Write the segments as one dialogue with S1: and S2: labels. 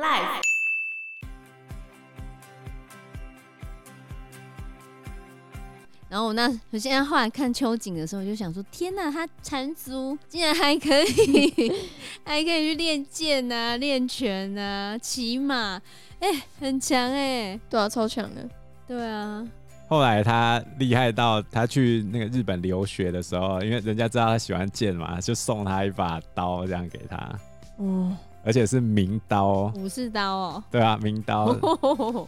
S1: Life。然后我那我现在后来看秋瑾的时候，我就想说：天呐，他缠足竟然还可以， 还可以去练剑啊、练拳啊、骑马，哎、很强哎、
S2: 对啊，超强的。
S1: 对啊，
S3: 后来他厉害到他去那个日本留学的时候，因为人家知道他喜欢剑嘛，就送他一把刀这样给他，
S2: 哦，
S3: 而且是名刀，
S1: 武士刀哦。
S3: 对啊，名刀。嗯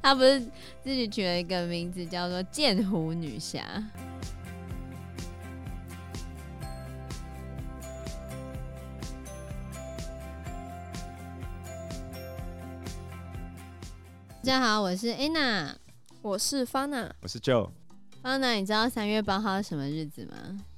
S1: 他不是自己取了一个名字叫做“剑湖女侠大家好，我是 Anna。
S2: 我是 Fana，
S3: 我是 Joe，
S1: 方娜，你知道三月八号是什么日子吗？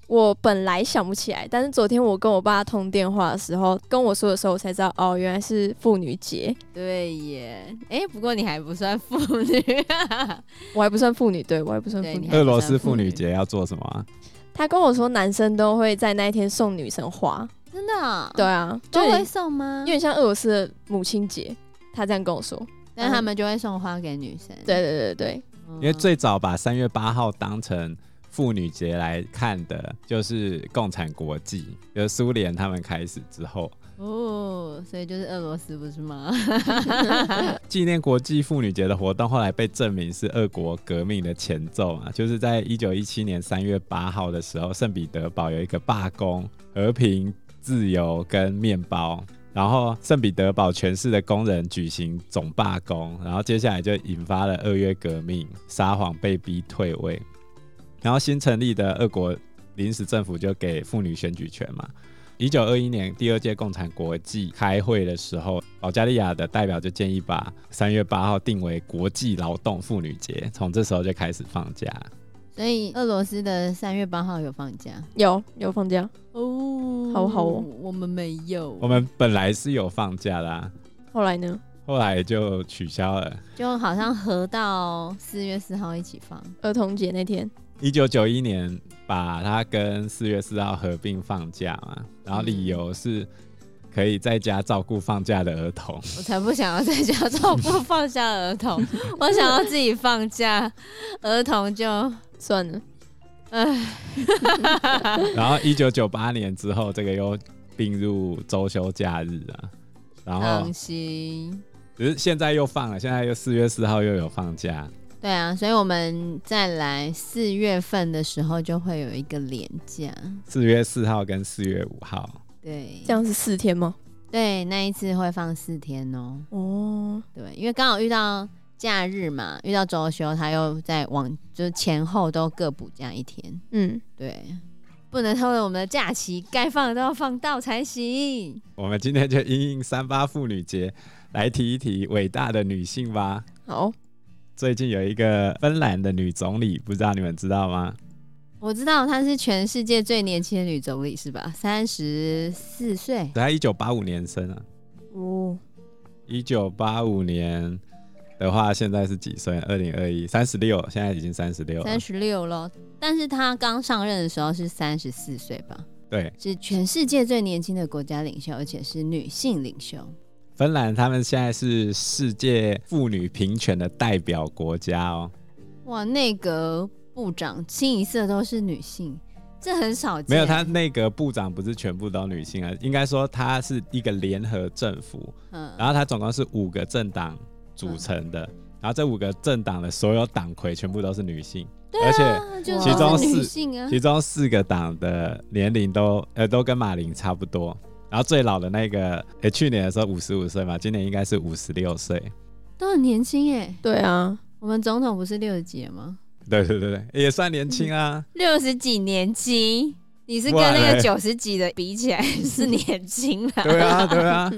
S2: 我本来想不起来，但是昨天我跟我爸通电话的时候，跟我说的时候，我才知道哦，原来是妇女节。
S1: 对耶，哎、不过你还不算妇女、
S2: 我还不算妇女，对我还不算
S1: 对
S2: 妇女
S1: 你。还
S3: 俄罗斯妇女节要做什么啊、
S2: 他跟我说，男生都会在那一天送女生花。
S1: 真的哦、
S2: 对啊，就
S1: 都
S2: 有
S1: 会
S2: 点
S1: 送吗
S2: 有？点像俄罗斯的母亲节。他这样跟我说。
S1: 但他们就会送花给女生。
S2: 对对对对
S1: 嗯，
S3: 因为最早把三月八号当成妇女节来看的，就是共产国际，就是苏联他们开始之后，
S1: 哦，所以就是俄罗斯不是吗？
S3: 纪念国际妇女节的活动，后来被证明是俄国革命的前奏嘛，就是在一九一七年三月八号的时候，圣彼得堡有一个罢工、和平、自由跟面包。然后，圣彼得堡全市的工人举行总罢工，然后接下来就引发了二月革命，撒谎被逼退位。然后新成立的俄国临时政府就给妇女选举权嘛。一九二一年第二届共产国际开会的时候，保加利亚的代表就建议把三月八号定为国际劳动妇女节，从这时候就开始放假。
S1: 所以俄罗斯的三月八号有放假
S2: 有有放假，
S1: 哦
S2: 好好哦
S1: 我们没有，
S3: 我们本来是有放假啦、
S2: 后来呢？
S3: 后来就取消了。
S1: 就好像合到四月四号一起放。
S2: 儿童节那天，
S3: 一九九一年把它跟四月四号合并放假嘛，然后理由是可以在家照顾放假的儿童。
S1: 我才不想要在家 照顾放假儿童，我想要自己放假，儿童就
S2: 算了，
S3: 然后一九九八年之后，这个又并入周休假日啊。然后
S1: 伤心。
S3: 只是现在又放了，现在又四月四号又有放假，
S1: 对啊，所以我们再来四月份的时候就会有一个连假，
S3: 四月四号跟四月五号。
S1: 对，
S2: 这样是四天吗？
S1: 对，那一次会放四天哦、
S2: 哦，
S1: 对，因为刚好遇到假日嘛，遇到周休，他又在往就是前后都各补假一天。
S2: 嗯，
S1: 对，不能偷了我们的假期，该放的都要放到才行。
S3: 我们今天就因应三八妇女节来提一提伟大的女性吧。
S2: 好，
S3: 最近有一个芬兰的女总理，不知道你们知道吗？
S1: 我知道她是全世界最年轻的女总理是吧？三十四岁，
S3: 她一九八五年生啊，
S2: 哦，
S3: 一九八五年的话，现在是几岁？二零二一，三十六，现在已经三十六了
S1: 三。十六了。但是她刚上任的时候是三十四岁吧？
S3: 对，
S1: 是全世界最年轻的国家领袖，而且是女性领袖。
S3: 芬兰他们现在是世界妇女平权的代表国家哦。
S1: 哇，内阁部长清一色都是女性，这很少见。
S3: 没有，他内阁部长不是全部都女性啊，应该说它是一个联合政府，
S1: 嗯
S3: 然后它总共是五个政党组成的，然后这五个政党的所有党魁全部都是女性，而且
S1: 啊就
S2: 其
S1: 都
S2: 中
S1: 是女
S3: 四
S1: 性啊，
S3: 其中四个党的年龄都呃都跟马林差不多，然后最老的那个，诶去年的时候五十五岁嘛，今年应该是五十六岁。
S1: 都很年轻哎。
S2: 对啊，
S1: 我们总统不是六十几了吗？
S3: 对对对对，也算年轻啊。
S1: 六十几年轻，你是跟
S3: 哇
S1: 那个
S3: 嘞
S1: 九十几的比起来 是年轻啦。
S3: 对啊，对啊，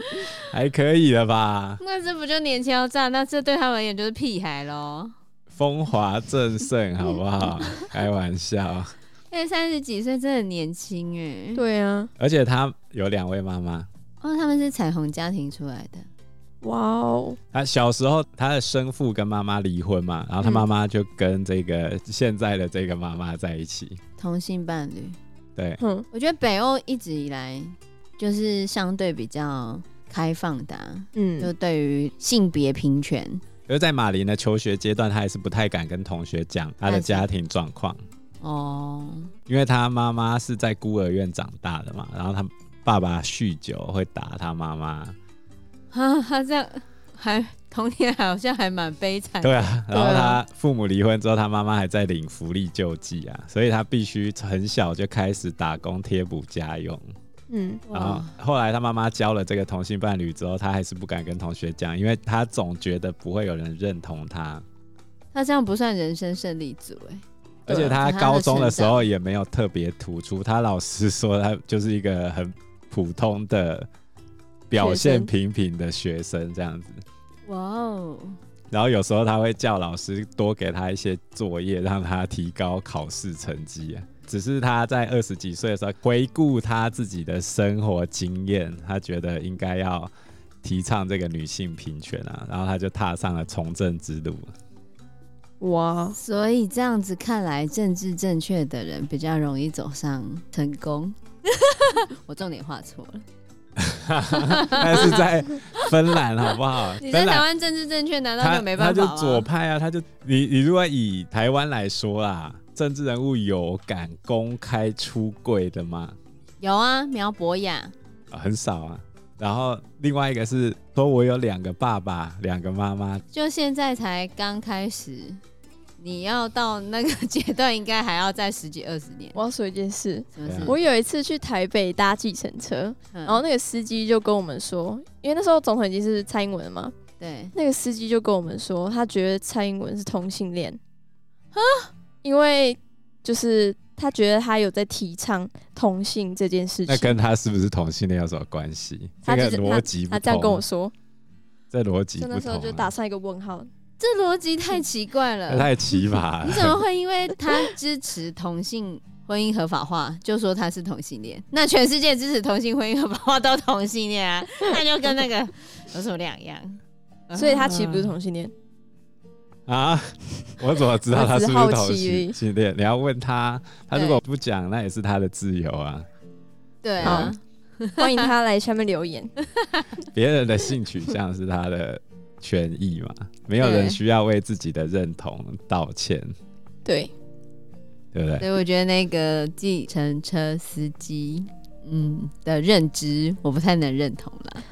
S3: 还可以了吧？
S1: 那这不就年轻要战？那这对他们而言就是屁孩喽。
S3: 风华正盛，好不 好？开玩笑。
S1: 哎，三十几岁真的很年轻哎。
S2: 对啊，
S3: 而且她有两位妈妈，
S1: 哦，他们是彩虹家庭出来的。
S2: 哇哦，
S3: 她小时候她的生父跟妈妈离婚嘛，然后她
S2: 嗯
S3: 妈妈就跟这个现在的这个妈妈在一起。
S1: 同性伴侣，
S3: 对，
S2: 哼，
S1: 我觉得北欧一直以来就是相对比较开放的啊、就
S2: 嗯，
S1: 对于性别平权，
S3: 而在马林的求学阶段，他还是不太敢跟同学讲他的家庭状况，
S1: 哦，
S3: 因为他妈妈是在孤儿院长大的嘛，然后他爸爸酗酒会打他妈妈，
S1: 啊，他这样还童年好像还蛮悲惨的，
S3: 对啊，然后他父母离婚之后，他妈妈还在领福利救济啊，所以他必须很小就开始打工贴补家用。
S2: 嗯，
S1: 哇
S3: 然后后来他妈妈交了这个同性伴侣之后，他还是不敢跟同学讲，因为他总觉得不会有人认同他，
S1: 他这样不算人生胜利组哎、
S3: 而
S2: 对
S3: 且他
S1: 他的
S3: 高中的时候也没有特别突出。他老师说他就是一个很普通的、表现平平的学生这样子。
S1: 哇哦，
S3: 然后有时候他会叫老师多给他一些作业，让他提高考试成绩啊。只是他在二十几岁的时候回顾他自己的生活经验，他觉得应该要提倡这个女性平权啊，然后他就踏上了从政之路。
S2: 哇，
S1: 所以这样子看来，政治正确的人比较容易走上成 功。我重点画错了，
S3: 但是在芬兰好不好？
S1: 你在
S3: 芬
S1: 台
S3: 兰
S1: 湾政治正确，难道
S3: 他
S1: 就没办法
S3: 他就左派啊，他就你你如果以台湾来说啦，政治人物有敢公开出柜的吗？
S1: 有啊，苗博雅，
S3: 啊很少啊。然后另外一个是说，我有两个爸爸，两个妈妈，
S1: 就现在才刚开始，你要到那个阶段，应该还要再十几二十年，
S2: 我要说一件事，
S1: 是嗯不是？
S3: 嗯
S2: 我有一次去台北搭计程车，
S1: 然
S3: 啊
S2: 然后那个司机就跟我们说，因为那时候总统已经是蔡英文了嘛，
S1: 对，
S2: 那个司机就跟我们说，他觉得蔡英文是同性恋因为就是他觉得他有在提倡同性这件事
S3: 那
S2: 情。
S3: 跟他是不是同性恋有什么关系？
S2: 他
S3: 这个
S2: 就是
S3: 逻辑不
S2: 他这样跟我
S3: 同，啊
S2: 说，
S3: 这逻辑
S2: 就
S3: 不同
S2: 那
S3: 啊，
S2: 时候就打上一个问号。
S1: 这逻辑太奇怪
S3: 那
S1: 了。
S3: 太奇葩
S1: 你
S3: 了。
S1: 怎么会因为他支持同性婚姻合法化，就说他是同性恋？那全世界支持同性婚姻合法化都同性恋啊， 那就跟那个有什么两样？
S2: 所以他其实不是同性恋，
S3: 啊！我怎么知道他是不
S2: 我
S3: 是
S2: 只
S3: 同
S2: 好奇而已
S3: 性性恋？你要问他，他如
S1: 对
S3: 果不讲，那也是他的自由啊。
S1: 对啊，
S2: 欢迎他来下面留言。
S3: 别人的性取向是他的权益嘛，没有人
S1: 对
S3: 需要为自己的认同道歉，
S2: 对，
S3: 对不对？
S1: 所以我觉得那个计程车司机，嗯的认知，我不太能认同了。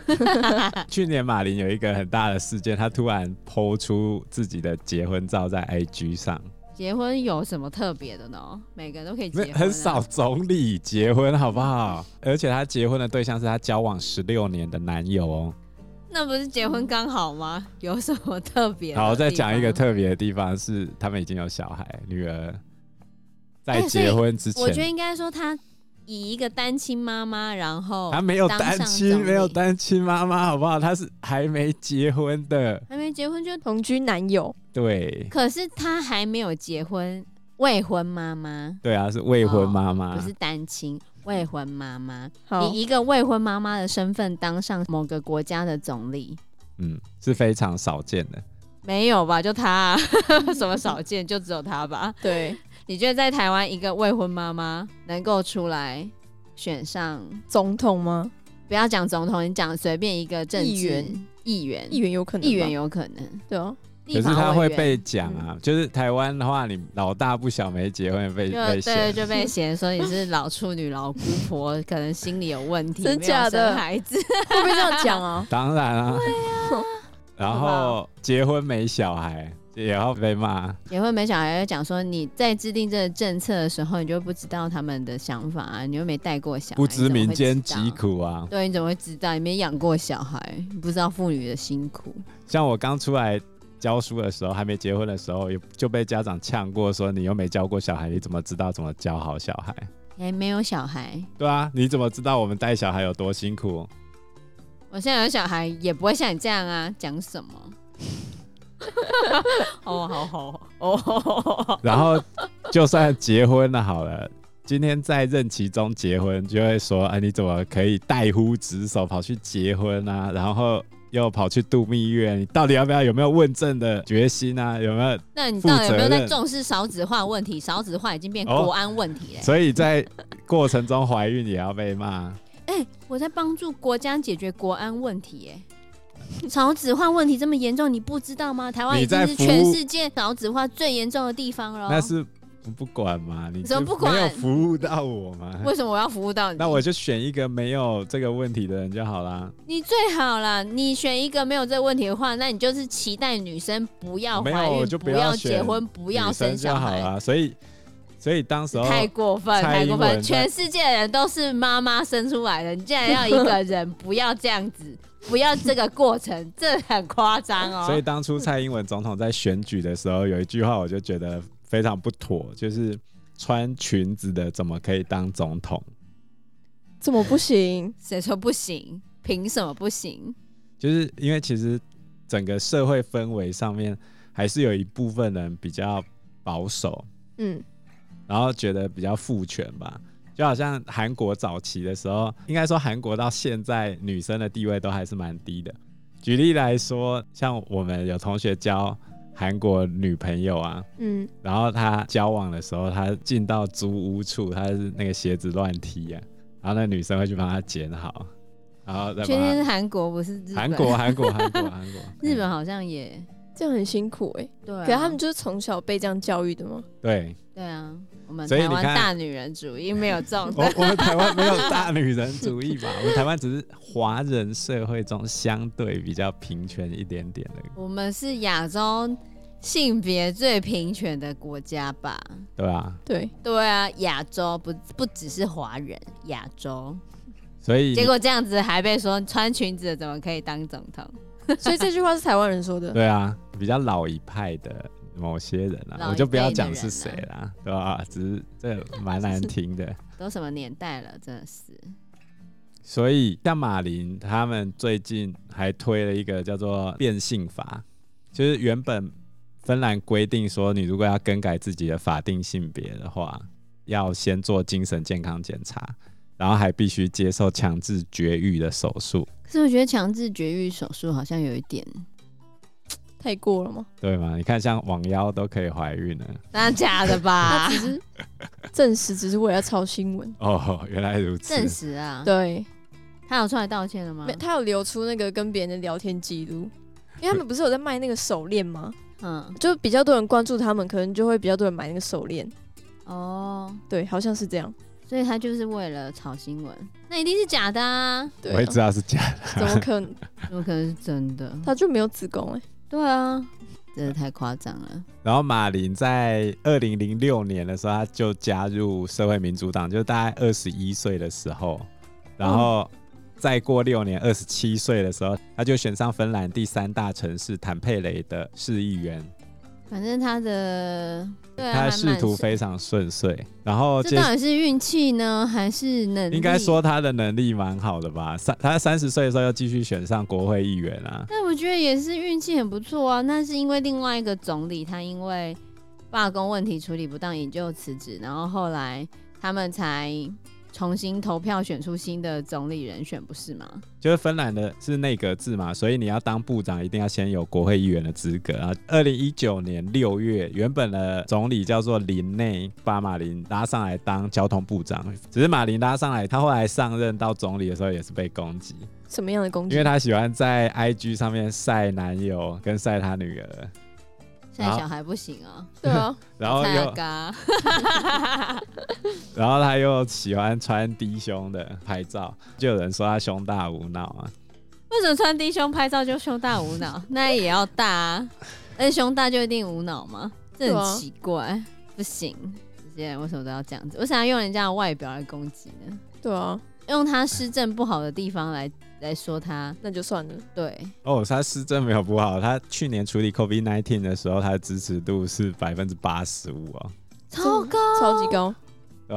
S3: 去年马林有一个很大的事件，他突然抛出自己的结婚照在 IG 上，
S1: 结婚有什么特别的呢？每个人都可以结
S3: 没
S1: 婚、啊，
S3: 很少总理结婚好 不好？而且他结婚的对象是他交往十六年的男友哦。
S1: 那不是结婚刚好吗？有什么特别？
S3: 好，再讲一个。
S1: 啊
S3: 特别的地方是，他们已经有小孩，女儿在
S1: 哎所以
S3: 结婚之前，
S1: 我觉得应该说，她以一个单亲妈妈，然后
S3: 他没有
S1: 当
S3: 单
S1: 上
S3: 亲，
S1: 总理
S3: 没有单亲妈妈好不好？他是还没结婚的，
S1: 还没结婚就，
S2: 同居男友，
S3: 对
S1: 可是她还没有结婚，未婚妈妈
S3: 对啊，是未婚妈妈。
S1: 哦不是单亲，未婚妈妈，
S2: 好
S1: 以一个未婚妈妈的身份当上某个国家的总理，
S3: 嗯，是非常少见的。
S1: 没有吧？就她、啊 什么少见，就只有她吧？
S2: 对
S1: 你觉得在台湾一个未婚妈妈能够出来选上？
S2: 总统吗？
S1: 不要讲总统，你讲随便一个政治
S2: 议员
S1: 议员
S2: 议员有可能吧，
S1: 议员有可能，
S2: 对啊，
S1: 可
S3: 可是他会被讲
S1: 嗯
S3: 啊，就是台湾的话，你老大不小没结婚被
S1: 就
S3: 被
S1: 嗯对
S3: 嫌，
S1: 就被嫌说你是老处女、老姑婆，可能心理有问题，
S2: 真
S1: 没有
S2: 假的
S1: 生孩子，
S2: 会不会这样讲啊？
S3: 当然啊，然后结婚没小孩也要被骂，
S1: 也会没小孩，会讲说你在制定这个政策的时候，你就不知道他们的想法啊，你又没带过小孩，
S3: 不知民间
S1: 你怎么会知
S3: 疾
S1: 道。
S3: 苦啊。
S1: 对，你怎么会知道？你没养过小孩，你不知道妇女的辛苦。
S3: 像我刚出来教书的时候，还没结婚的时候，也就被家长呛过，说你又没教过小孩，你怎么知道怎么教好小孩？
S1: 哎，没有小孩，
S3: 对啊，你怎么知道我们带小孩有多辛苦？
S1: 我现在有小孩也不会像你这样啊，讲什么？ 哦，好好哦，
S3: 然后就算结婚了好了，今天在任期中结婚，就会说啊，你怎么可以带忽职守跑去结婚啊？然后又跑去度蜜月，你到底要不要有没有问政的决心啊？有没有？
S1: 那你到底有没有在
S3: 负责任哦
S1: 重视少子化问题？少子化已经变国安问题嘞、
S3: 所以在过程中怀孕也要被骂。
S1: 哎我在帮助国家解决国安问题、耶。少子化问题这么严重，你不知道吗？台湾已
S3: 你在
S1: 经是
S3: 服务
S1: 全世界少子化最严重的地方了
S3: 那
S1: 哦。
S3: 是不不管嘛？你
S1: 怎么
S3: 就
S1: 不管
S3: 没有服务到我嘛？
S1: 为什么我要服务到你？
S3: 那我就选一个没有这个问题的人就好啦。
S1: 你最好啦，你选一个没有这个问题的话，那你就是期待女生不要
S3: 没有
S1: 怀
S3: 我
S1: 孕、
S3: 就不
S1: 不
S3: 要
S1: 要
S3: 选
S1: 结婚、不要
S3: 女生
S1: 生
S3: 就
S1: 小
S3: 好
S1: 孩。
S3: 啦。所以，所以当时候
S1: 太过分，
S3: 蔡
S1: 太
S3: 英
S1: 过
S3: 文
S1: 分！
S3: 在
S1: 全世界的人都是妈妈生出来的，你竟然要一个人不要这样子，不要这个过程，这很夸张 哦。
S3: 所以当初蔡英文总统在选举的时候，有一句话我就觉得非常不妥，就是穿裙子的怎么可以当总统？
S2: 怎么不行？
S1: 谁说不行？凭什么不行？
S3: 就是因为其实整个社会氛围上面，还是有一部分人比较保守，
S2: 嗯，
S3: 然后觉得比较父权吧。就好像韩国早期的时候，应该说韩国到现在女生的地位都还是蛮低的。举例来说，像我们有同学交韩国女朋友啊，
S2: 嗯，
S3: 然后他交往的时候，他进到租屋处，他是那个鞋子乱踢啊，然后那女生会去帮他捡好，然后再
S1: 确定是
S3: 帮
S1: 韩国不是日本？
S3: 他韩国啊韩国韩国韩国
S1: 日本好像也
S2: 这样很辛苦哎、
S1: 对啊、
S2: 可是他们就是从小被这样教育的吗？
S3: 对
S1: 对啊，我们
S3: 所以
S1: 台
S3: 你
S1: 湾
S3: 看哦
S1: 大女人主义没有这种
S3: 我我们台湾没有大女人主义吧？我们台湾只是华人社会中相对比较平权一点点的，
S1: 我们是亚洲性别最平权的国家吧？
S3: 对吧？
S2: 对，
S1: 对啊，亚洲不不只是华人，亚洲。
S3: 所以
S1: 结果这样子还被说穿裙子的怎么可以当总统？
S2: 所以这句话是台湾人说的。
S3: 对啊，比较老一派的某些人啊，
S1: 老
S3: 我
S1: 一
S3: 就不要
S1: 辈的
S3: 讲
S1: 人
S3: 是谁啦，对吧、只是这个蛮难听的。
S1: 都什么年代了，真的是。
S3: 所以像马林他们最近还推了一个叫做变性法，就是原本芬兰规定说，你如果要更改自己的法定性别的话，要先做精神健康检查，然后还必须接受强制绝育的手术，
S1: 可是我觉得强制绝育手术好像有一点，
S2: 太过了吗？
S3: 对吗？你看，像网妖都可以怀孕了。
S1: 那假的
S2: 他
S1: 吧
S2: 只？是证实，只是为了抄新闻。
S3: 哦，原来如此。
S1: 证实啊，
S2: 对，
S1: 他有出来道歉了吗
S2: 没？他有流出那个跟别人的聊天记录，因为他们不是有在卖那个手链吗？
S1: 嗯，
S2: 就比较多人关注他们，可能就会比较多人买那个手链。
S1: 哦，
S2: 对，好像是这样。
S1: 所以他就是为了炒新闻，那一定是假的啊，
S2: 对、
S3: 我也
S2: 啊，
S3: 知道是假
S2: 怎么可能？
S1: 怎么可能是真的？
S2: 他就没有子宫哎、
S1: 对啊，真的太夸张了。
S3: 然后马林在二零零六年的时候，他就加入社会民主党，就大概二十一岁的时候，然后再过六年，二十七岁的时候，他就选上芬兰第三大城市坦佩雷的市议员。
S1: 反正他的对啊，
S3: 他
S1: 还
S3: 的仕
S1: 蛮
S3: 途非常顺遂，然后
S1: 这
S3: 接
S1: 到底是运气呢，还是能力？
S3: 应该说他的能力蛮好的吧。三他三十岁的时候又继续选上国会议员啊，
S1: 但我觉得也是运气很不错啊。那是因为另外一个总理他因为罢工问题处理不当，也就辞职，然后后来他们才重新投票选出新的总理人选，不是吗？
S3: 就是芬兰的是内阁制嘛，所以你要当部长一定要先有国会议员的资格啊。二零一九年六月，原本的总理叫做林内，把马林拉上来当交通部长，只是马林拉上来，他后来上任到总理的时候也是被攻击，
S2: 什么样的攻
S3: 因
S2: 击
S3: 为？他喜欢在 IG 上面晒男友跟晒他女儿，
S1: 现在小孩不行啊、
S2: 对啊，
S3: 然后又
S1: 嘎，
S3: 然后他又喜欢穿低胸的拍照，就有人说他胸大无脑啊。
S1: 为什么穿低胸拍照就胸大无 脑？那也要大啊，但是胸大就一定无脑吗？这
S2: 对
S1: 很
S2: 啊
S1: 奇怪，不行，这些人为什么都要这样子？为啥要用人家的外表来攻击呢？
S2: 对啊，
S1: 用他施政不好的地方来来说他，
S2: 那就算了。
S1: 对，
S3: 哦，他施政没有不好，他去年处理 COVID-19 的时候，他的支持度是百分之八十五哦，
S1: 超高，
S2: 超级高，
S3: 对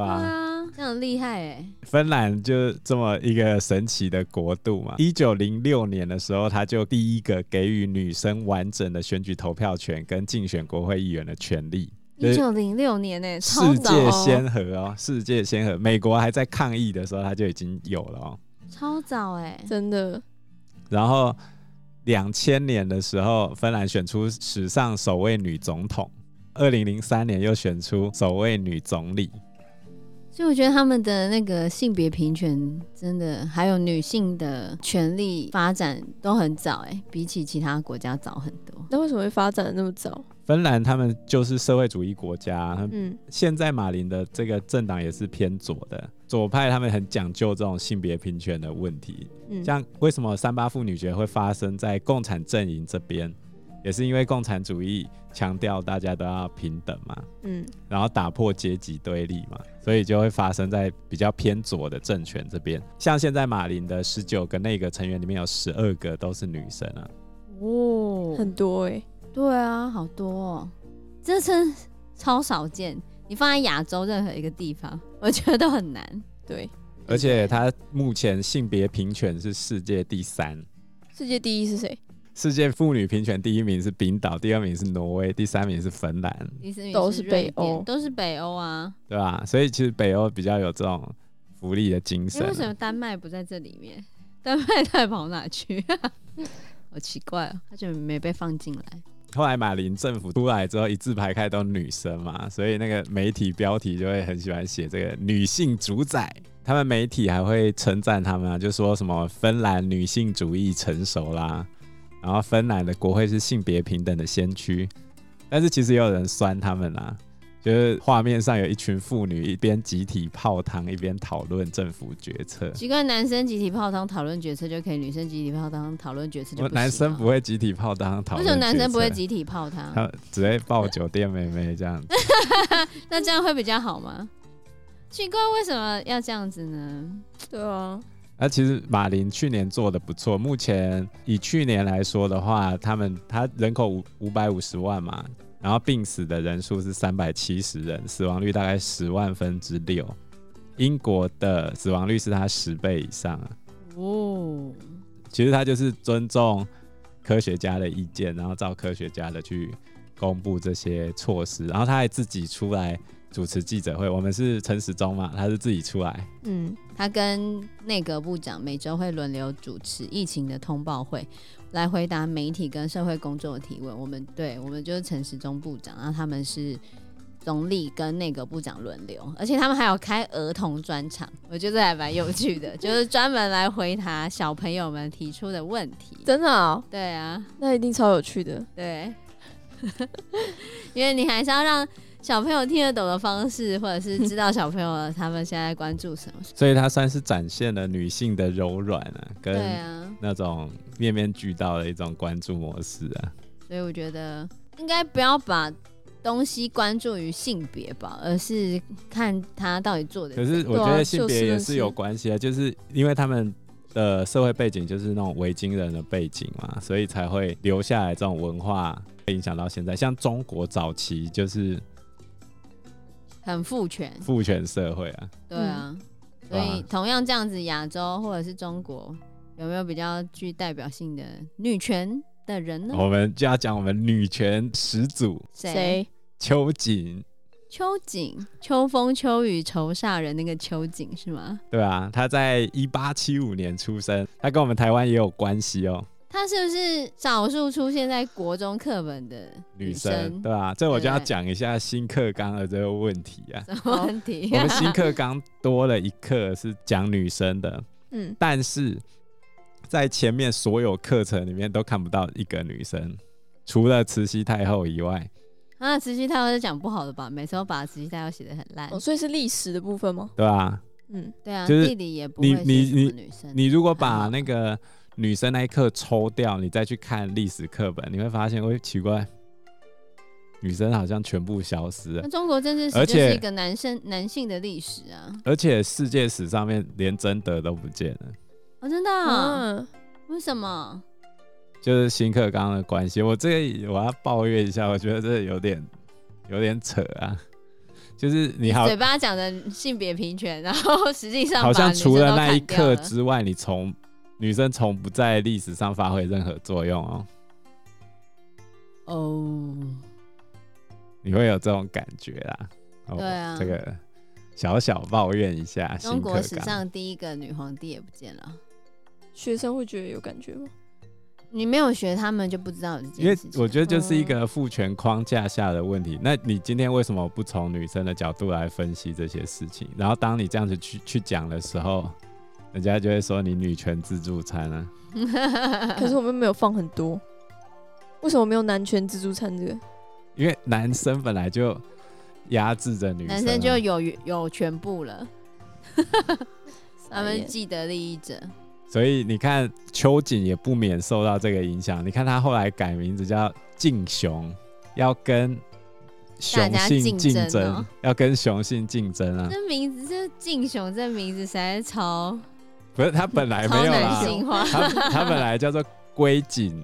S1: 对
S3: 吧？
S1: 啊，这样很厉害哎、
S3: 芬兰就是这么一个神奇的国度嘛。一九零六年的时候，他就第一个给予女生完整的选举投票权跟竞选国会议员的权利。就
S1: 一
S3: 是
S1: 九零六年哎、超
S3: 世
S1: 早
S3: 界
S1: 哦，
S3: 先河哦，世界先河，美国还在抗议的时候，他就已经有了哦。
S1: 超早哎、
S2: 真的。
S3: 然后两千年的时候，芬兰选出史上首位女总统，二零零三年又选出首位女总理，
S1: 所以我觉得他们的那个性别平权真的，还有女性的权利发展都很早哎、比起其他国家早很多。
S2: 那为什么会发展的那么早？
S3: 芬兰他们就是社会主义国家，他们
S2: 嗯，
S3: 现在马林的这个政党也是偏左的，左派他们很讲究这种性别平权的问题。
S2: 嗯
S3: 像为什么三八妇女节会发生在共产阵营这边，也是因为共产主义强调大家都要平等嘛，
S2: 嗯，
S3: 然后打破阶级对立嘛，所以就会发生在比较偏左的政权这边。像现在马林的十九个内阁成员里面有十二个都是女生啊，
S1: 哦
S2: 很多哎、
S1: 对啊，好多、哦，这真超少见。你放在亚洲任何一个地方，我觉得都很难。
S2: 对，
S3: 而且她目前性别平权是世界第三。
S2: 世界第一是谁？
S3: 世界妇女平权第一名是冰岛，第二名是挪威，第三名是芬兰，
S1: 第四名
S2: 都
S1: 是
S2: 是北
S1: 瑞典
S2: 欧
S1: 都是北欧啊。
S3: 对吧？所以其实北欧比较有这种福利的精
S1: 哎、
S3: 神
S1: 为什
S3: 啊。
S1: 么丹麦不在这里面？丹麦到底跑哪去、 好奇怪哦，他就没被放进来。
S3: 后来马林政府出来之后，一字排开都女生嘛，所以那个媒体标题就会很喜欢写这个女性主宰。他们媒体还会称赞他们啊，就说什么芬兰女性主义成熟啦，然后芬兰的国会是性别平等的先驱。但是其实也有人酸他们啦，就是画面上有一群妇女一边集体泡汤，一边讨论政府决策。
S1: 奇怪，男生集体泡汤讨论决策就可以，女生集体泡汤讨论决策就
S3: 我
S1: 不行啊
S3: 男生不会集体泡汤讨
S1: 为
S3: 论
S1: 什么男生不会
S3: 决策？
S1: 集体泡汤？
S3: 他只会抱酒店妹妹这样子。
S1: 那这样会比较好吗？奇怪，为什么要这样子呢？
S2: 对啊，
S3: 那其实马林去年做的不错，目前以去年来说的话，他们他人口五五百五十万嘛，然后病死的人数是三百七十人，死亡率大概十万分之六。英国的死亡率是它十倍以上啊。
S1: 哦，
S3: 其实它就是尊重科学家的意见，然后照科学家的去公布这些措施，然后他还自己出来主持记者会。我们是陈时中嘛，他是自己出来，
S2: 嗯，
S1: 他跟内阁部长每周会轮流主持疫情的通报会，来回答媒体跟社会公众的提问。我们对，我们就是陈时中部长，然后他们是总理跟内阁部长轮流，而且他们还有开儿童专场，我觉得还蛮有趣的，就是专门来回答小朋友们提出的问题。
S2: 真的啊、
S1: 对啊，
S2: 那一定超有趣的。
S1: 对，因为你还是要让小朋友听得懂的方式，或者是知道小朋友他们现在关注什么。
S3: 所以他算是展现了女性的柔软啊，
S1: 对
S3: 跟
S1: 啊。
S3: 那种面面俱到的一种关注模式啊。
S1: 所以我觉得应该不要把东西关注于性别吧，而是看他到底做的。
S3: 可是我觉
S2: 对
S3: 得
S2: 啊
S3: 性
S2: 就
S3: 别
S2: 事
S3: 也
S2: 论
S3: 是
S2: 事
S3: 有关系的，啊就是因为他们的社会背景就是那种维京人的背景嘛，所以才会留下来这种文化影响到现在。像中国早期就是
S1: 很父权，
S3: 父权社会啊，
S1: 对啊。所以同样这样子，亚洲或者是中国有没有比较具代表性的女权的人呢？
S3: 我们就要讲我们女权始祖
S1: 谁？
S2: 谁？
S3: 秋瑾，
S1: 秋瑾，秋风秋雨愁煞人，那个秋瑾是吗？
S3: 对啊，她在一八七五年出生，她跟我们台湾也有关系哦。
S1: 她是不是少数出现在国中课本的
S3: 女
S1: 生？
S3: 生，对吧、这我就要
S1: 对
S3: 讲一下新课纲的这个问题啊。
S1: 什么问题、
S3: 我们新课纲多了一课是讲女生的，
S2: 嗯，
S3: 但是在前面所有课程里面都看不到一个女生，除了慈禧太后以外，
S1: 啊，慈禧太后是讲不好的吧？每次都把慈禧太后写的很烂。
S2: 哦，所以是历史的部分吗？
S3: 对吧、
S2: 嗯，
S1: 对啊，
S3: 就是
S1: 地理也不会
S3: 你
S1: 写
S3: 你
S1: 什么女生，
S3: 你如果把
S1: 好
S3: 那个女生那一课抽掉，你再去看历史课本，你会发现，会奇怪，女生好像全部消失了
S1: 那。中国政治史
S3: 而
S1: 就是
S3: 且
S1: 一个男生男性的历史啊，
S3: 而且世界史上面连贞德都不见了，
S1: 哦，真的啊、
S2: 嗯，
S1: 为什么？
S3: 就是新课纲的关系。我这个我要抱怨一下，我觉得这有点有点扯啊。就是你好
S1: 嘴巴讲的性别平权，然后实际上
S3: 好
S1: 把
S3: 像
S1: 女
S3: 除
S1: 生
S3: 了
S1: 都
S3: 那一
S1: 砍掉
S3: 刻
S1: 了
S3: 之外，你从女生从不在历史上发挥任何作用哦，
S1: 哦，
S3: 你会有这种感觉啦。哦、
S1: 对啊
S3: 这个小小抱怨一下。
S1: 中国史
S3: 新课纲
S1: 上第一个女皇帝也不见了。
S2: 学生会觉得有感觉吗？
S1: 你没有学他们就不知道这
S3: 因
S1: 件
S3: 为
S1: 事情。 嗯
S3: 我觉得就是一个父权框架下的问题。那你今天为什么不从女生的角度来分析这些事情？然后当你这样子去去讲的时候，人家就会说你女权自助餐啊。
S2: 可是我们没有放很多，为什么没有男权自助餐这个？
S3: 因为男生本来就压制着女生啊、
S1: 男生就有有全部了，他
S2: 傻
S1: 们
S2: 眼
S1: 既得利益者。
S3: 所以你看秋瑾也不免受到这个影响。你看她后来改名字叫敬雄，要跟雄
S1: 大家
S3: 性
S1: 竞
S3: 竞
S1: 争
S3: 争，
S1: 哦
S3: 要跟雄性竞争啊！
S1: 这名字，这敬雄这名字实在是超
S3: 不是他本来
S1: 超
S3: 没有
S1: 男
S3: 啦，
S1: 性化。
S3: 他他本来叫做龟井，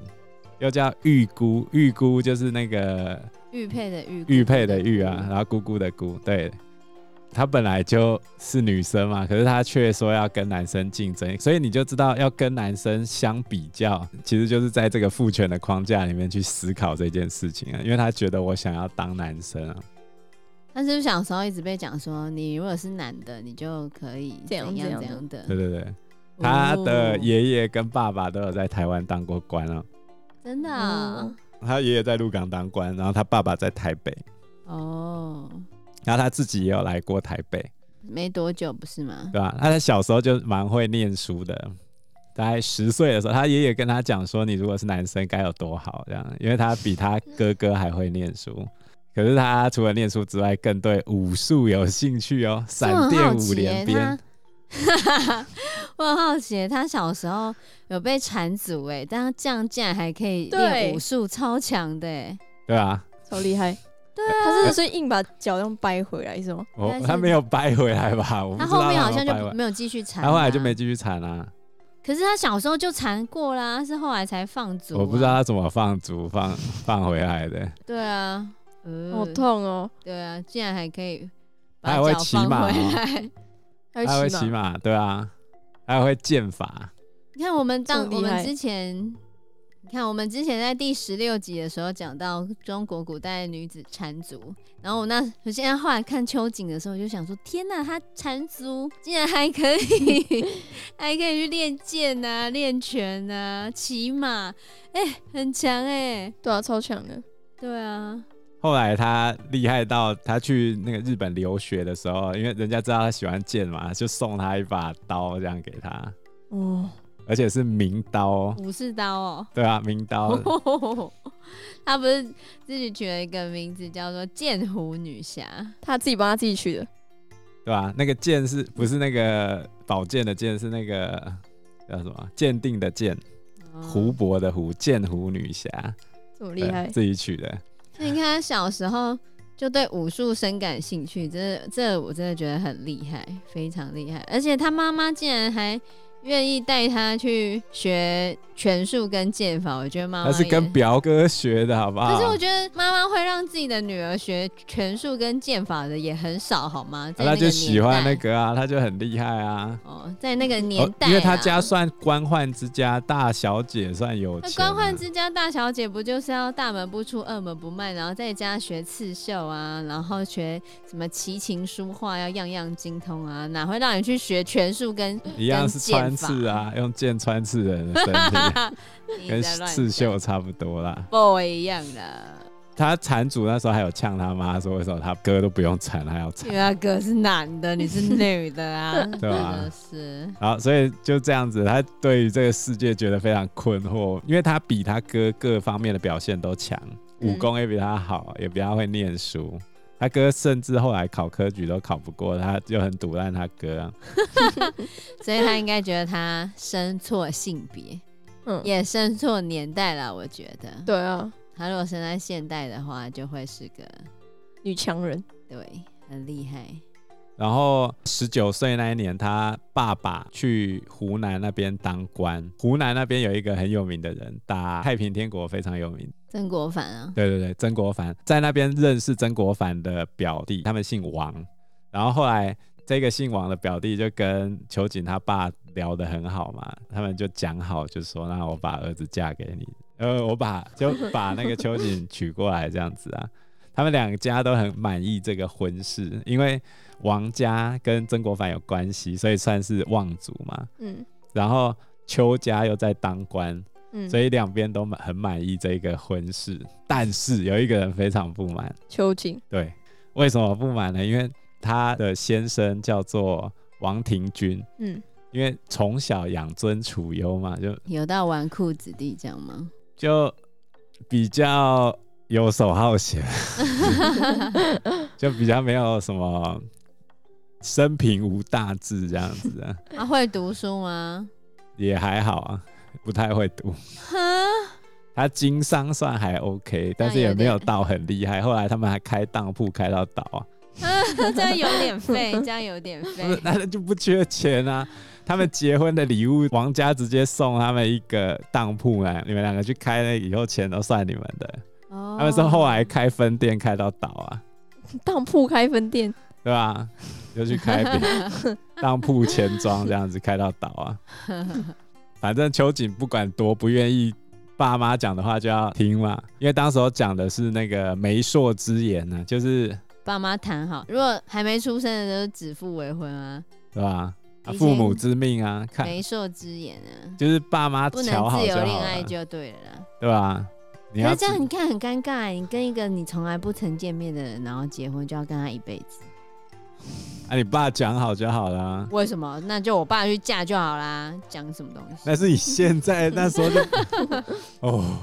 S3: 又叫玉姑，玉姑就是那个
S1: 玉佩的玉，
S3: 玉佩的玉啊，然后姑姑的姑，对。她本来就是女生嘛，可是她却说要跟男生竞争，所以你就知道要跟男生相比较，其实就是在这个父权的框架里面去思考这件事情啊。因为她觉得我想要当男生啊，
S1: 他是不是小时候一直被讲说，你如果是男的，你就可以
S2: 怎样
S1: 怎
S2: 怎样
S1: 怎样的？哦
S3: 对对对，她的爷爷跟爸爸都有在台湾当过官啊，
S1: 真的
S2: 哦
S1: 啊
S3: 她爷爷在鹿港当官，然后她爸爸在台北，
S1: 哦，
S3: 然后她自己也有来过台北，
S1: 没多久不是吗？
S3: 对吧、他在小时候就蛮会念书的，大概十岁的时候，他爷爷跟他讲说：“你如果是男生该有多好。”这样，因为他比他哥哥还会念书。可是他除了念书之外，更对武术有兴趣哦，闪电五连
S1: 哦这我很好奇
S3: 鞭
S1: 耶。他 我很好奇耶，他小时候有被缠足哎，但他这样竟然还可以练
S2: 对
S1: 武术，超强的哎！
S3: 对吧？
S2: 超厉 害。对啊，他是所以硬把脚这样掰回来，是吗？
S3: 我
S1: 但是
S3: 他没有掰回来吧？我不
S1: 他
S3: 知道
S1: 后面
S3: 有
S1: 好像
S3: 没有掰
S1: 就嗯
S3: 回来
S1: 没有继续缠，啊
S3: 他后来就没。继续啊缠啦、
S1: 可是他小时候就缠过啦，是后来才放啊足、
S3: 我不知道。他怎么放逐放 放回来的。
S1: 对啊，呃
S2: 好痛哦，
S1: 对啊，竟然还可以把
S3: 他还会
S1: 脚
S3: 骑
S1: 放
S3: 马
S1: 回
S3: 哦
S1: 来。
S2: 还
S3: 他会
S2: 会
S3: 骑
S2: 骑马，
S3: 马，对啊，他会剑法，
S1: 你看我们当
S2: 这么
S1: 我
S2: 厉害
S1: 们之前，你看我们之前在第十六集的时候讲到中国古代女子缠足，然后我那我现在后来看秋瑾的时候，我就想说，天呐，她缠足竟然还可以， 还可以去练剑啊、练拳啊、骑马，哎、很强哎、
S2: 对啊，超强的，
S1: 对啊，
S3: 后来他厉害到他去那个日本留学的时候，因为人家知道他喜欢剑嘛，就送他一把刀这样给他，
S2: 哦，
S3: 而且是名刀，
S1: 武士刀哦。
S3: 对啊，名刀。
S1: 她不是自己取了一个名字叫做剑湖女侠，
S2: 他自己帮他自己取的，
S3: 对吧、那个剑是不是那个宝剑的剑？是那个叫什么？鉴定的鉴，
S1: 哦
S3: 湖泊的湖，剑湖女侠，
S2: 啊这么
S3: 对
S2: 厉害，
S3: 自己取的。
S1: 所以你看他小时候就对武术深感兴趣，这这我真的觉得很厉害，非常厉害。而且他妈妈竟然还愿意带他去学拳术跟剑法，我觉得妈妈
S3: 他是
S1: 也
S3: 跟表哥学的，好不好？
S1: 哦可是我觉得妈妈会让自己的女儿学拳术跟剑法的也很少，好吗？在
S3: 啊他
S1: 那个
S3: 就喜欢那
S1: 年代
S3: 个啊，他就很厉害啊。
S1: 哦，在那个
S3: 哦
S1: 年代啊、
S3: 因为他家算官宦之家，大小姐算有
S1: 那
S3: 钱、啊。
S1: 官宦之家大小姐不就是要大门不出二门不迈，然后在家学刺绣啊，然后学什么琴琴书画，要样样精通啊，哪会让你去学拳术跟
S3: 一样是穿刺啊，用剑穿刺人的身体，跟
S1: 你在乱
S3: 刺绣差不多啦。
S1: 不一样的？
S3: 他缠主那时候还有呛他妈说，为什么他哥都不用缠，还要
S1: 因
S3: 缠
S1: 为？他哥是男的，你是女的 啊，
S3: 对啊
S1: 是
S3: 好，所以就这样子，他对于这个世界觉得非常困惑，因为他比他哥各方面的表现都强，
S1: 嗯
S3: 武功也比他好，也比他会念书。他哥甚至后来考科举都考不过，他就很堵烂他哥、啊。
S1: 所以他应该觉得他生错性别，
S2: 嗯，
S1: 也生错年代了。我觉得，
S2: 对啊，
S1: 他如果生在现代的话，就会是个
S2: 女强人，
S1: 对很厉害。
S3: 然后十九岁那一年，他爸爸去湖南那边当官。湖南那边有一个很有名的人，打太平天国非常有名。
S1: 曾国藩啊，
S3: 对对对，曾国藩在那边认识曾国藩的表弟，他们姓王。然后后来这个姓王的表弟就跟秋瑾他爸聊得很好嘛，他们就讲好，就说那我把儿子嫁给你，呃，我把就把那个秋瑾娶过来这样子啊。他们两家都很满意这个婚事，因为王家跟曾国藩有关系，所以算是望族嘛。
S2: 嗯，
S3: 然后邱家又在当官，
S2: 嗯，
S3: 所
S2: 以
S3: 以两边都满很满意这个婚事。但是有一个人非常不满，
S2: 秋瑾，
S3: 对，为什么不满呢？因为他的先生叫做王廷钧，
S2: 嗯，
S3: 因为从小养尊处优嘛，就
S1: 有到纨绔子弟这样吗？
S3: 就比较游手好闲，就比较没有什么生平无大志这样子啊，
S1: 他、会读书吗？
S3: 也还好啊，不太会读。
S1: 哈，
S3: 他经商算还 OK，但是也没有到很厉害。后来他们还开当铺，开到倒啊，
S1: 这样有点 废，这样有点
S3: 不是
S1: 废。
S3: 那就不缺钱啊。他们结婚的礼物，王家直接送他们一个当铺啊，你们两个去开了以后，钱都算你们的。
S1: 哦
S3: 他们说后来开分店开到倒啊。
S2: 当铺开 分店，
S3: 对吧？就去开饼当铺钱庄这样子开到倒啊。反正秋瑾不管多不愿意爸妈讲的话就要听嘛，因为当时候讲的是那个媒妁之言呢、就是
S1: 爸妈谈好，如果还没出生的就指腹为婚啊，
S3: 对吧、啊
S1: 已经
S3: 父母之命啊，看
S1: 媒妁之言啊，
S3: 就是爸妈
S1: 不
S3: 瞧
S1: 能
S3: 好
S1: 自
S3: 就
S1: 由
S3: 好
S1: 恋爱
S3: 了，
S1: 就对了啦。
S3: 对吧？你
S1: 可
S3: 要
S1: 是这
S3: 自
S1: 样你看很尴尬欸，你跟一个你从来不曾见面的人，然后结婚就要跟他一辈子，
S3: 啊，你爸讲好就好了、啊
S1: 为什么？那就我爸去嫁就好啦，讲什么东西？
S3: 那是你现在那时候 就哦，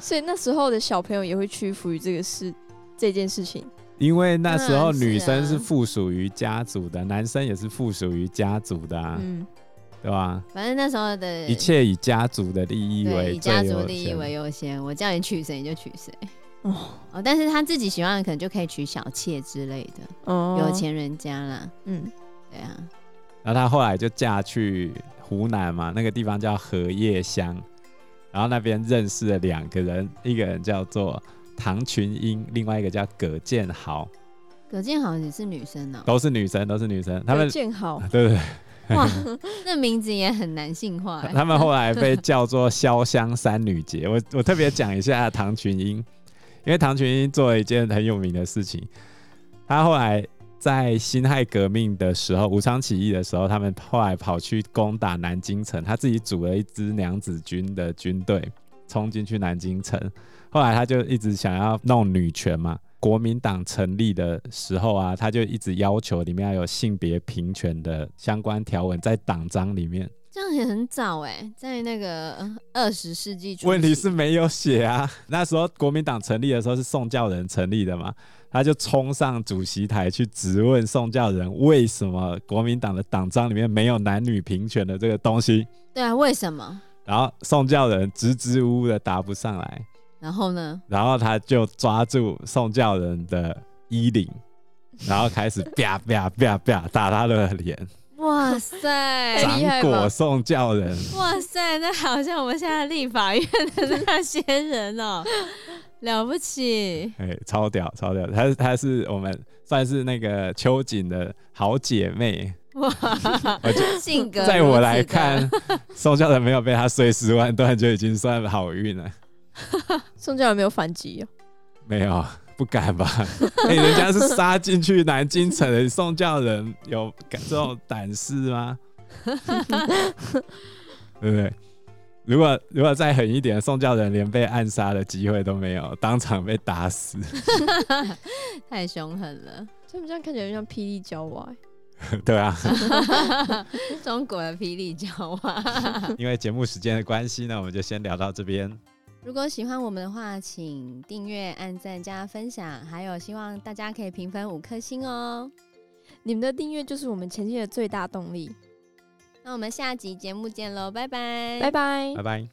S2: 所以那时候的小朋友也会屈服于这个事这件事情。
S3: 因为那时
S1: 当
S3: 候
S1: 然是啊
S3: 女生是附属于家族的，男生也是附属于家族的啊。
S2: 嗯，
S3: 对吧？
S1: 反正那时候的
S3: 一切以家族的利益
S1: 对
S3: 为
S1: 以
S3: 最
S1: 家
S3: 优
S1: 族
S3: 先。
S1: 利益为优先，我叫你娶谁你就娶谁。
S2: 哦
S1: 哦，但是他自己喜欢的可能就可以娶小妾之类的，
S2: 哦
S1: 有，钱人家啦，
S2: 嗯，
S1: 对啊，
S3: 然后她后来就嫁去湖南嘛，那个地方叫荷叶乡，然后那边认识了两个人，一个人叫做唐群英，另外一个叫葛建豪，
S1: 葛建好像也是女生哦、
S3: 都是女生，都是女生。他
S2: 有
S3: 们嗯
S2: 见好，
S3: 对对
S1: 哇，那名字也很男性化、
S3: 对，
S1: 欸。
S3: 他们后来被叫做潇湘三女节。我我特别讲一下唐群英，因为唐群英做了一件很有名的事情，他后来在辛亥革命的时候，武昌起义的时候，他们后来跑去攻打南京城，他自己组了一支娘子军的军队，冲进去南京城。后来他就一直想要弄女权嘛。国民党成立的时候啊，他就一直要求里面要有性别平权的相关条文在党章里面。
S1: 这样也很早哎、在那个二十世纪初期。
S3: 问题是没有写啊。 那时候国民党成立的时候是宋教仁成立的嘛，他就冲上主席台去质问宋教仁，为什么国民党的党章里面没有男女平权的这个东西？
S1: 对啊，为什么？
S3: 然后宋教仁支支吾吾的答不上来，
S1: 然后呢？
S3: 然后他就抓住宋教仁的衣领，然后开始啪啪啪啪打他的 脸，
S1: 哇塞，
S2: 长哎厉
S3: 掌
S2: 害吧
S3: 掴宋教仁。
S1: 哇塞，那好像我们现在立法院的那些人哦、了不起。
S3: 哎、超屌，超屌！她是她是我们算是那个秋瑾的好姐妹，
S1: 哇， 性格
S3: 在我来
S1: 如此的
S3: 看，宋教仁没有被她碎尸万段就已经算好运了，
S2: 宋教仁没有反击哦，
S3: 没有不敢吧？ 哎、人家是杀进去南京城的，宋教仁有敢这种胆识吗？ 对不对？如果如果再狠一点，宋教仁连被暗杀的机会都没有，当场被打死。
S1: 太凶狠了，
S2: 他们这样看起来就像霹雳娇娃欸，
S3: 对啊，
S1: 中国的霹雳娇啊娃。
S3: 因为节目时间的关系呢，我们就先聊到这边。
S1: 如果喜欢我们的话，请订阅、按赞、加分享，还有希望大家可以评分五颗星哦。
S2: 你们的订阅就是我们前进的最大动力。
S1: 那我们下集节目见喽，拜拜，
S2: 拜拜
S3: 拜。拜。